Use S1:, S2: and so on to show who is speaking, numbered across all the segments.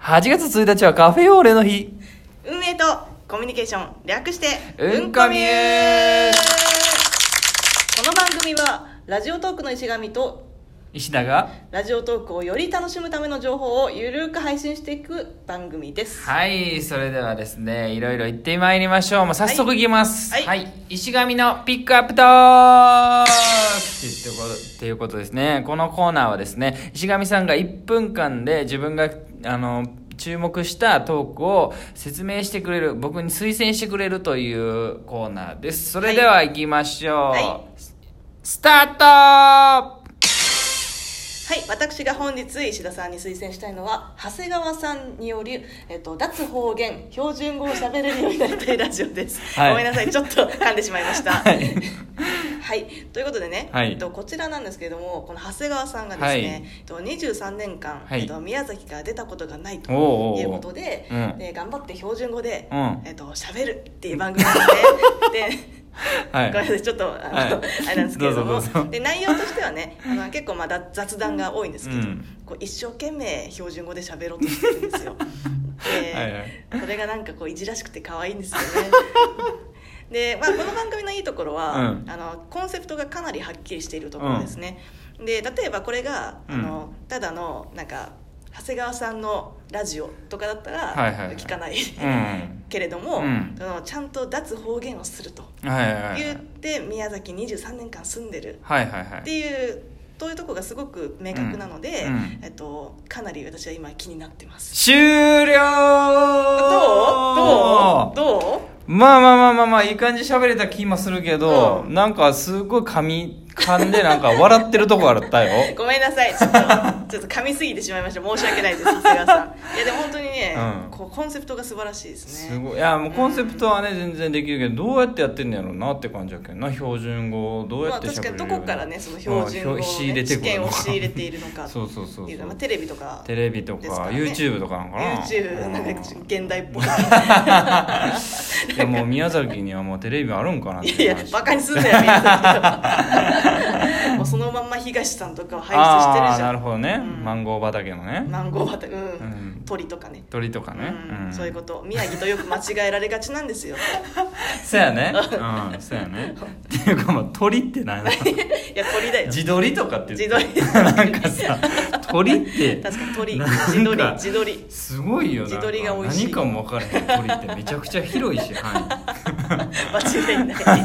S1: 8月1日はカフェオーレの日
S2: 運営とコミュニケーション略して
S1: うんこみゅー
S2: この番組はラジオトークの石神と
S1: 石田が
S2: ラジオトークをより楽しむための情報をゆるく配信していく番組です
S1: はいそれではですねいろいろ行ってまいりましょうもう早速いきます
S2: はい
S1: 石神のピックアップトークっていうことっていうことですねこのコーナーはですね石神さんが1分間で自分があの注目したトークを説明してくれる僕に推薦してくれるというコーナーですそれでは行きましょう、
S2: は
S1: スタート
S2: はい、私が本日石田さんに推薦したいのは長谷川さんにより、えっと、脱方言標準語を喋れるようになりたいラジオです、
S1: はい
S2: ごめんなさいちょっと噛んでしまいまし た
S1: は
S2: はいい、ということでね、
S1: はい
S2: えっと、こちらなんですけれどもこの長谷川さんがです
S1: はい
S2: ね、えっと、23年間、
S1: はい
S2: えっと、宮崎から出たことがないと
S1: おうおうおう
S2: いうことで
S1: うん
S2: で頑張って標準語で、
S1: うん
S2: えっと喋るっていう番組なので で
S1: は
S2: ごめんなさいちょっとあの、
S1: はい
S2: あれなんですけれども
S1: どうぞどうぞ
S2: で内容としてはねあの結構まだ雑談が多いんですけど、
S1: うん
S2: こう一生懸命標準語で喋ろうとしてるん ですよで
S1: はいはい
S2: それがなんかこういじらしくて可愛いんですよね で、まあ、この番組のいいところは、
S1: うん
S2: あのコンセプトがかなりはっきりしているところですね、で例えばこれがあの、ただのなんか長谷川さんのラジオとかだったら
S1: はいはいはい
S2: 聞かない、
S1: うん
S2: けれども、
S1: うん
S2: そのちゃんと脱方言をすると
S1: はいはいはい
S2: 言って宮崎23年間住んでる
S1: はいはいはい
S2: っていうというとこがすごく明確なので、
S1: うんうん
S2: えっと、かなり私は今気になってます
S1: 終了
S2: どうどうどう
S1: まあまあまあまあまあいい感じ喋れた気もするけど、
S2: うん
S1: なんかすごい噛み噛んでなんか笑ってるとこあったよ
S2: ごめんなさいち ょっとちょっと噛みすぎてしまいました申し訳ないです長谷川さんいやでも本当にね、
S1: うん
S2: こうコンセプトが素晴らしいですね
S1: すごいいやもうコンセプトはね全然できるけどどうやってやってんのやろうなって感じやけどな標準語をどう
S2: ま
S1: や
S2: あ、
S1: って
S2: 確
S1: 喋
S2: か
S1: れる
S2: にどこからねその標準語を、ね、
S1: まあ仕入れて
S2: 試
S1: くる
S2: 験
S1: の
S2: を
S1: か
S2: 仕入れているの か
S1: そうそうそう
S2: っていう
S1: そう
S2: のまあテレビとか
S1: テレビと
S2: です
S1: か
S2: からね
S1: YouTube とかなんかな
S2: YouTube なんか
S1: うん
S2: 現代っぽい
S1: いやもう宮崎にはもうテレビあるんかなって
S2: いやいやバカにすんなよ みんなもうそのまんま東さんとかを輩出してる
S1: ああ
S2: じ
S1: ーなん
S2: ゃ
S1: るほどね、
S2: うん
S1: マンゴー畑のね
S2: マンゴー畑うん、
S1: ん
S2: 鳥とかね
S1: 鳥とかね、
S2: うんそういうことと宮城とよく間違えられがちなんですよ
S1: そうや ねうんそうやねっていうかまあ鳥って何だ
S2: いや鳥だよ
S1: 自撮りとかって言って
S2: 自
S1: なんかさ鳥って
S2: 確かに鳥
S1: なんか
S2: 自撮り自撮り
S1: すごいよな
S2: 自撮りが美味しい
S1: 何かも分からへん鳥ってめちゃくちゃ広いし 範
S2: 間違いない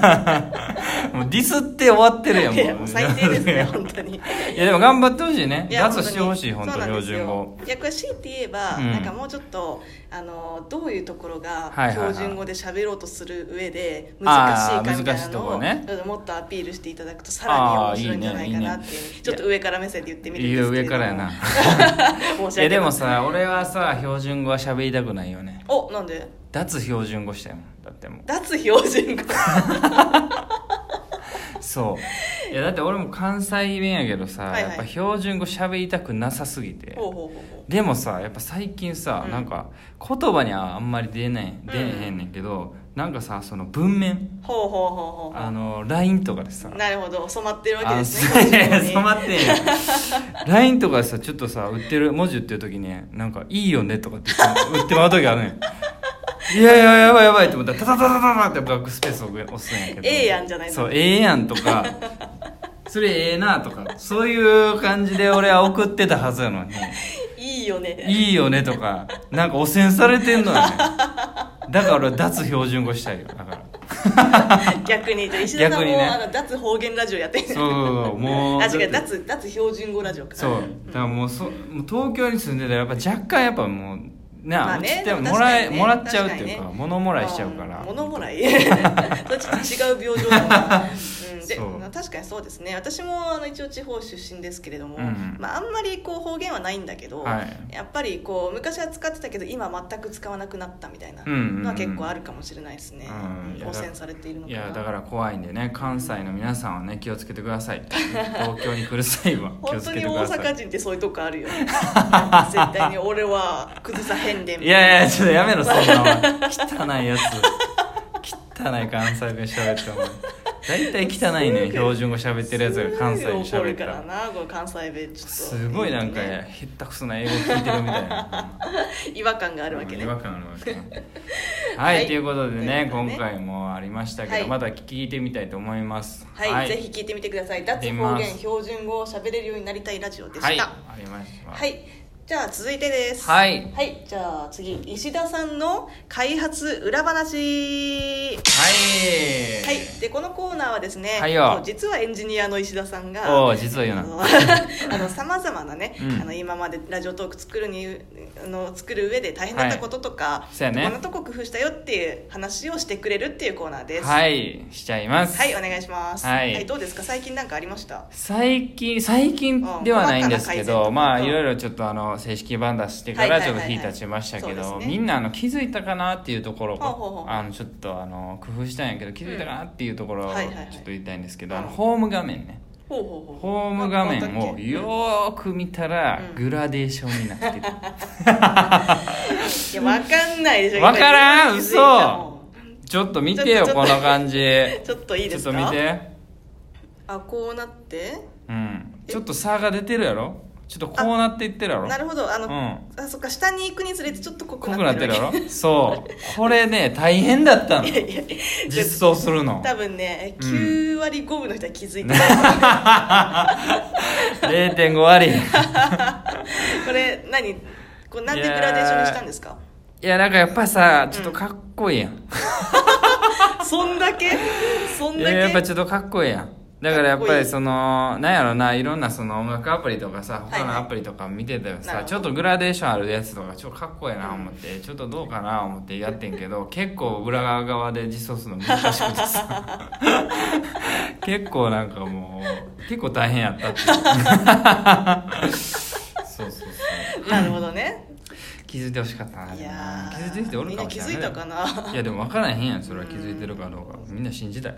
S1: 囲もうディスって終わってるやん
S2: いやもう最低ですね本当に
S1: いやでも頑張ってほしいね
S2: いや
S1: 脱してほしい本当
S2: そうなん
S1: 標
S2: ですよ
S1: 準語
S2: いやこれ強いて言えば、
S1: うん
S2: なんかもうちょっとあのどういうところが
S1: はいはいは
S2: 標
S1: い
S2: 準語で喋ろうとする上で
S1: あ
S2: 難
S1: ー
S2: しいかみたいなのを、
S1: 難しいと
S2: もっとアピールしていただくとさらに面白いんじゃないかなっていう
S1: あーいいねいいね
S2: ちょっと上から目線で言ってみるん
S1: い
S2: で
S1: や
S2: すけ
S1: 上
S2: れども
S1: からや な
S2: 申
S1: い
S2: し
S1: や
S2: 訳な
S1: で
S2: い
S1: もさ俺はさ標準語は喋りたくないよね
S2: おなんで
S1: 脱標準語したよだって もう
S2: 脱標準語
S1: そういやだって俺も関西弁やけどさ、
S2: はいはい
S1: やっぱ標準語喋りたくなさすぎて
S2: ほうほうほうほ
S1: でもさやっぱ最近さ、
S2: うん
S1: なんか言葉にはあんまり出ない出えへんねんけど、なんかさその文面
S2: うほうほうほうほう
S1: あの LINE とかでさ
S2: なるほど染まってるわけ
S1: あ
S2: ですね標準語に
S1: 染まってんや LINE とかでさちょっとさ売ってる文字売ってる時になんか「いいよね」とかって言って売ってもらう時ある ねんいやいややばいやばいって思ったらタタタタタタってバックスペースを押すんやけど
S2: ええやんじゃないの
S1: そうええやんと かそれええなとかそういう感じで俺は送ってたはずやのに
S2: いいよね
S1: いいよねとか、なんか汚染されてんのよね。だから俺は脱標準語したいよ。だから。
S2: 逆にじゃあ石田さんも、
S1: 逆にね
S2: あの脱方言ラジオやってん
S1: そ
S2: ね
S1: うそうそうもう。
S2: あ違う
S1: だって
S2: 脱脱標準語ラジオか
S1: そう。だからもうそ、もう東京に住んでたらやっぱ若干やっぱもう、
S2: ま
S1: な
S2: あ
S1: あ、
S2: ね
S1: ちっても
S2: でも
S1: もらえ、
S2: 確かにね
S1: もらっちゃうっていうか、
S2: 確かにね
S1: 物もらいしちゃうから。
S2: うん物もらい それちょっと違う病状だな、うん、で
S1: そう
S2: 確かにそうですね私もあの一応地方出身ですけれども、
S1: うん
S2: まあ、あんまりこう方言はないんだけど、
S1: はい
S2: やっぱりこう昔は使ってたけど今全く使わなくなったみたいな
S1: うんうんうん
S2: のは結構あるかもしれないですね、
S1: うんいや
S2: 汚染されているの
S1: い
S2: かな
S1: やだから怖いんでね関西の皆さんはね気をつけてください東京に来る際は気を
S2: 本
S1: つ
S2: 当
S1: け
S2: に
S1: てく
S2: 大
S1: ださい
S2: 阪人ってそういうとこあ るよ絶対に俺は崩さへんでみた
S1: いやいや、ちょっとやめろ、そんなお前汚いやつ。汚い関西弁喋って、お前。大体汚いね、標準語喋ってるやつが関西に
S2: すごい
S1: 喋
S2: 怒
S1: った
S2: るから
S1: ら。
S2: なこう関西弁ちょっと
S1: すごいなんか、
S2: ね
S1: へったくそな英語聞いてるみたいな。
S2: 違和感があるわけね
S1: 違和感あるわけ ねはい、
S2: はい
S1: ということでね
S2: ということでね
S1: 今回もありましたけど、
S2: はい
S1: また聞いてみたいと思います
S2: はい、ぜひ聞いてみてください脱
S1: 出
S2: 方
S1: ます
S2: 言標準語を喋れるようになりたいラジオでした
S1: はい
S2: は
S1: ありました
S2: い、じゃあ続いてです
S1: はい
S2: じゃあ次石田さんの開発裏話
S1: はい
S2: はい、でこのコーナーはですね、
S1: はいよ
S2: 実はエンジニアの石田さん
S1: お
S2: が
S1: お実は言う
S2: あ
S1: な
S2: の あのさまざまなね、
S1: うん
S2: あの今までラジオトーク作るにあの作る上で大変だったこととか、
S1: そうやね
S2: こんなとこ工夫したよっていう話をしてくれるっていうコーナーです。はい、
S1: はいしちゃいます、
S2: お願いします、
S1: はい
S2: どうですか最近なんかありました？
S1: 最近最近ではないんですけ
S2: うん細かな改善と
S1: ど、
S2: か
S1: まあ
S2: うん
S1: いろいろちょっとあの正式バンダしてか
S2: は
S1: ら
S2: いは
S1: ち
S2: い
S1: ょ
S2: は
S1: っ
S2: い
S1: と
S2: はい
S1: 日経ちましたけ
S2: そう
S1: ど
S2: ですね
S1: みんなあの気づいたかなっていうところ
S2: ほうほうほう
S1: あのちょっとあの工夫したんやけど気づいたかなっていうところ
S2: う
S1: を
S2: ん
S1: ち
S2: はい
S1: ょ
S2: はいはい
S1: っと言いたいんですけどあの
S2: うん
S1: ホーム画面ね
S2: ほうほうほう。
S1: ホーム画面
S2: なんかあ
S1: を
S2: ったっけ
S1: よーく見たら
S2: うん
S1: グラデーションにな ってた
S2: いやわかんないでしょ。
S1: わからん
S2: 今気づいたもん
S1: ちょっと見てよ
S2: ちょっと
S1: この感じ
S2: ちょっ といい
S1: ち
S2: で
S1: ょっ
S2: すか？
S1: と見て
S2: あこうなって。
S1: うん
S2: え
S1: ちょっと差が出てるやろちょっとこうなっていってるやろ
S2: なるほどあの、
S1: う
S2: あそっか下に行くにつれてちょっと濃く
S1: 濃くな
S2: な
S1: っ
S2: って
S1: て
S2: る
S1: るや
S2: わ
S1: ろそうこれね大変だったの
S2: け。いやいや
S1: 実装するの
S2: 多分ね
S1: うん
S2: 9割5分の人は気づいてない、
S1: 0.5割い
S2: これ何これなんでグラデーションにしたんですか
S1: やなんかやっぱさちょっとかっこいいやん、
S2: そんだけそん
S1: い
S2: だ
S1: や
S2: け
S1: やっぱちょっとかっこいいやんだからやっ
S2: か
S1: ぱ
S2: っこいい
S1: りそのなんやろないろんなその音楽アプリとかさ
S2: はい
S1: 他のアプリとか見てたら
S2: なる
S1: さ
S2: ほど
S1: ちょっとグラデーションあるやつとかちょっとかっこいいな思ってちょっとどうかな思ってやってんけど結構裏側で実装するの難しくて さ結構なんかもう結構大変やったっていうそう そうそう
S2: なるほどね
S1: 気づいてほしかったないでも
S2: や
S1: な
S2: ー
S1: 気づいてる人おるかもしれない
S2: みんな気づいたか ない
S1: やでも分からへんやんそれは気づいてるかどうかみんな信じたい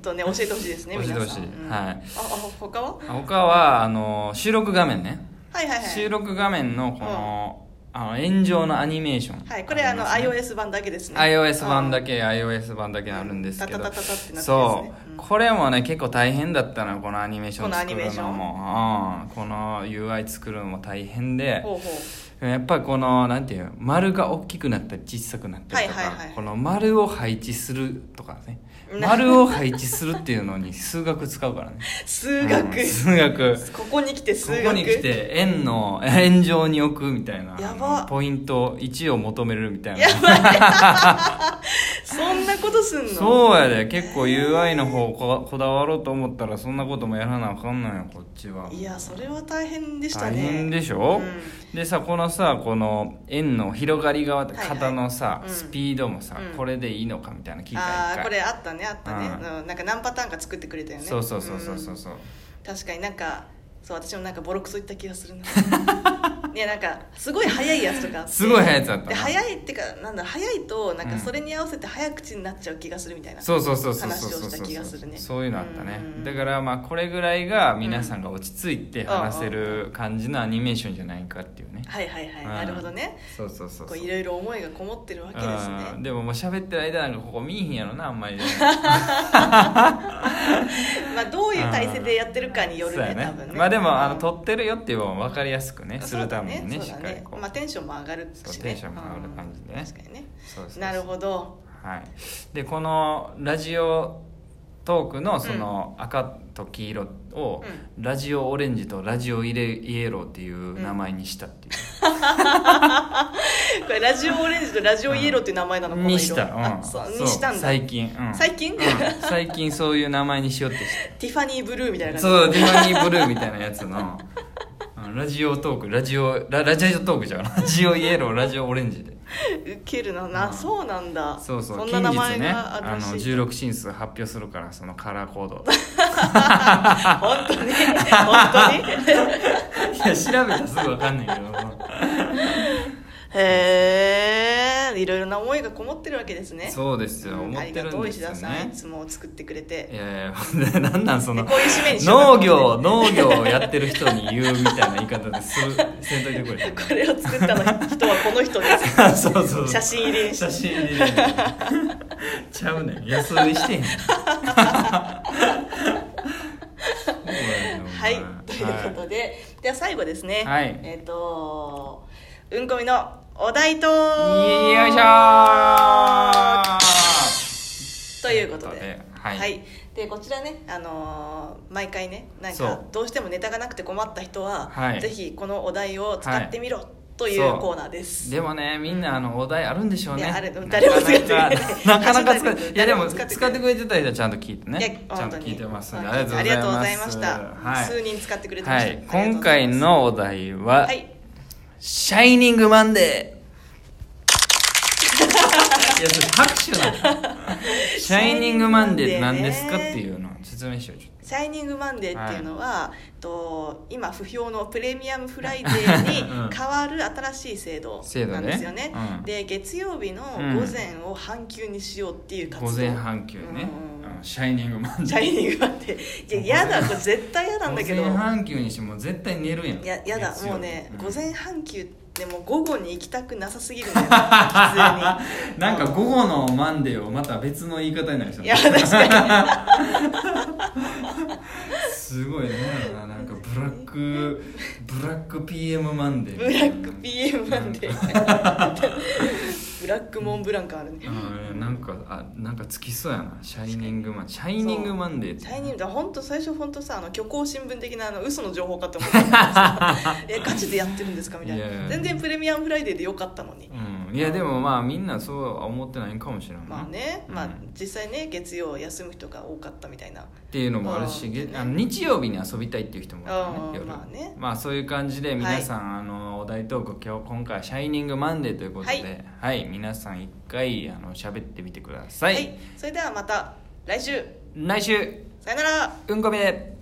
S2: とね教えてほしいですね
S1: 教えて
S2: 皆
S1: ほしい
S2: さん、うん
S1: はい
S2: ああ他は
S1: あ他はあの収録画面ね
S2: はいはいは
S1: 収
S2: い
S1: 録画面のこの,、あの炎上のアニメーション
S2: はいこれあの
S1: りますね
S2: iOS 版だけですね
S1: iOS 版だけ iOS 版だけあるんですけど
S2: タタタタタってなってるやつね
S1: そう
S2: うん
S1: これもね結構大変だったのこのアニメーション作
S2: このアニメー
S1: る
S2: ショ
S1: の
S2: ン
S1: もうんこの UI 作るのも大変で
S2: ほうほ
S1: やっぱりこのなんていうの丸が大きくなったり小さくなったりとか、
S2: はいはいはい
S1: この丸を配置するとかね
S2: な
S1: 丸を配置するっていうのに数学使うからね
S2: う数学、
S1: うん数学
S2: ここに来て数学
S1: ここに来て円の 円状に置くみたいな
S2: やば
S1: あのポイント1を求めるみたい
S2: や
S1: な
S2: ばいそんなことすん の
S1: そうやで結構 UI の方ここだわろうと思ったらそんなこともやらなあかんのよこっちはい
S2: やそれは大変でした
S1: 大
S2: ね
S1: 変で
S2: し
S1: しょ、
S2: う
S1: でさこのさこの円の広がり側
S2: はいはい
S1: 型のさ、
S2: うん
S1: スピードもさ、
S2: うん
S1: これでいいのかみたいな聞いた一
S2: ああ
S1: 回
S2: これあったねあったね、
S1: う
S2: うんなんか何パターンか作ってくれたよね
S1: そうそうそうそうそ
S2: ん
S1: うそう
S2: 確かになんかそう私もなんかボロクソ言った気がする なねなんかすごい速いやつとかあって
S1: すごい速いやつあったな
S2: で速いってかなんだ速いとなん
S1: う
S2: か
S1: ん
S2: それに合わせて早口になっちゃう気がするみたいな、
S1: そうそうそうそう
S2: 話を
S1: そうそう
S2: し
S1: そ
S2: た
S1: う
S2: 気がするね
S1: そういうのあったね
S2: うん
S1: だからまあこれぐらいが皆さんが落ち着いて話せる感じのアニメーションじゃないかっていうね
S2: はいはいはい、
S1: うん
S2: なるほどね
S1: そうそうそう
S2: こ
S1: そうう
S2: いろいろ思いがこもってるわけです
S1: う
S2: ね
S1: んでももう喋ってる間なんかここ見えへんやろなあんま りね
S2: まあどういう体勢でやってるかによる
S1: そう
S2: ね
S1: や
S2: 多分ね
S1: まあで
S2: うん
S1: もあの撮ってるよっていうのも分かりやすくねするためにね
S2: そう
S1: し
S2: だ
S1: っ
S2: そう
S1: か
S2: だ
S1: りこう
S2: まあ、テンションも上がるし、ね、
S1: そうテンションも上がる感じでね
S2: うん確かにね
S1: そうそうそう
S2: なるほど
S1: はい、でこのラジオトークのその赤と黄色をラジオオレンジとラジオイレイエローっていう名前にしたっていう、
S2: これラジオオレンジとラジオイエローっていう名前なのこの色
S1: にした、うん
S2: あそう
S1: そう
S2: にしたんだ
S1: 最近、うん
S2: 最近
S1: うん最近そういう名前にしようってし
S2: ティファニーブルーみたいな
S1: た
S2: 感じ
S1: そうディファニーブルーみたいなやつのうんラジオトークラジオララジオトークじゃん ラジオイエローラジオオレンジで
S2: ウケるなな、
S1: うん
S2: そうなんだ
S1: そうそうん近
S2: な名
S1: 日
S2: 前
S1: ね
S2: がある
S1: あ
S2: ら
S1: の
S2: しい
S1: 16進数発表するからそのカラーコー ド
S2: 本当に本当に
S1: いや調べたらすぐ分かんないけど
S2: へえいろいろな思いがこもってるわけですね
S1: そうですよ、
S2: うん
S1: 思って
S2: ありが
S1: る
S2: と
S1: ん
S2: う
S1: で
S2: 石
S1: す
S2: 田
S1: よ
S2: さんい
S1: ね
S2: つも作ってくれて
S1: いやいや なんなんその
S2: でこういう締めにしよう
S1: 農業農業をやってる人に言うみたいな言い方でするせんといてくれ
S2: これを作ったの人はこの人です
S1: そうそうそう
S2: 写真入りにして
S1: 写真入りでちゃうねん安売りしてへん
S2: はいということで、では最後ですね、
S1: はい
S2: えっ、とうんこみのお題と
S1: よいしょー
S2: というこ
S1: ということ
S2: とで
S1: ではい
S2: でこちらね、あのー毎回ねなん
S1: そ
S2: か
S1: う
S2: どうしてもネタがなくて困った人は、
S1: はい
S2: ぜひこのお題を使ってみろ、とい
S1: そう
S2: うコーナーです
S1: でもねみんなあのお題あるんでしょうね
S2: いやある誰も使ってくれない
S1: なかなかなかなか使っ
S2: ハッシュタグ
S1: いやでも
S2: 誰も
S1: 使
S2: 使ってくれな
S1: っ
S2: い
S1: てくれてた人はちゃんと聞いて
S2: いや
S1: ねちゃん
S2: 本
S1: と
S2: 当に
S1: 聞いてますんで
S2: 本当に
S1: ありがとうございます
S2: ありがとうございました、
S1: はい
S2: 数人使ってくれてま
S1: は
S2: した、
S1: い、今回のお題は、
S2: はい
S1: シャイニングマンデーいやそれ拍手なのシャイニングマンデーって何ですかっていうのを説明しようちょっ
S2: シャイニングマンデーっていうのは、えっと今不評のプレミアムフライデーに
S1: うん
S2: 変わる新しい制度
S1: 制度ね
S2: なんですよね
S1: うん
S2: で月曜日の
S1: うん
S2: 午前を半休にしようっていう
S1: と
S2: 活動
S1: 午前半休ね、
S2: うん
S1: うんシャイニングマンデ
S2: シ
S1: ー
S2: ャイニングマンデーいややだこれ絶対やなんだけど
S1: 午前半休にしてもう絶対寝るやん
S2: いややだ
S1: 月曜日
S2: もうね、
S1: ん
S2: 午前半休でもう午後に行きたくなさすぎ るんだよ普通に
S1: なんか午後のマンデーをまた別の言い方になりそう
S2: いや確かに
S1: すごいねなんかブラッ クブラック PM マンデー
S2: ブラック PM なんで ブラックモンブランカあるね
S1: うんなんかあなんかつきそうやなシャイニングマンシャイニングマンデーって
S2: シャイニングだ本当最初本当さあの虚構新聞的なあの嘘の情報かと思ったんです けどえガチでやってるんですかみたいない
S1: やいや
S2: 全然プレミアムフライデーでよかったのに
S1: うんいやでもまあみんなそうは思ってないんかもしれない
S2: まあね、
S1: うん
S2: まあ実際ね月曜休む人が多かったみたいな
S1: っていうのもあるし、
S2: うん
S1: げあの日曜日に遊びたいっていう人もいるから
S2: うん
S1: ね夜
S2: まあね
S1: まあそういう感じで皆さん、あのお題トーク今日今回は「シャイニングマンデー」ということで
S2: はい
S1: はい、皆さん一回あの喋ってみてください、
S2: それではまた来週
S1: 来週
S2: さよなら
S1: うんこみで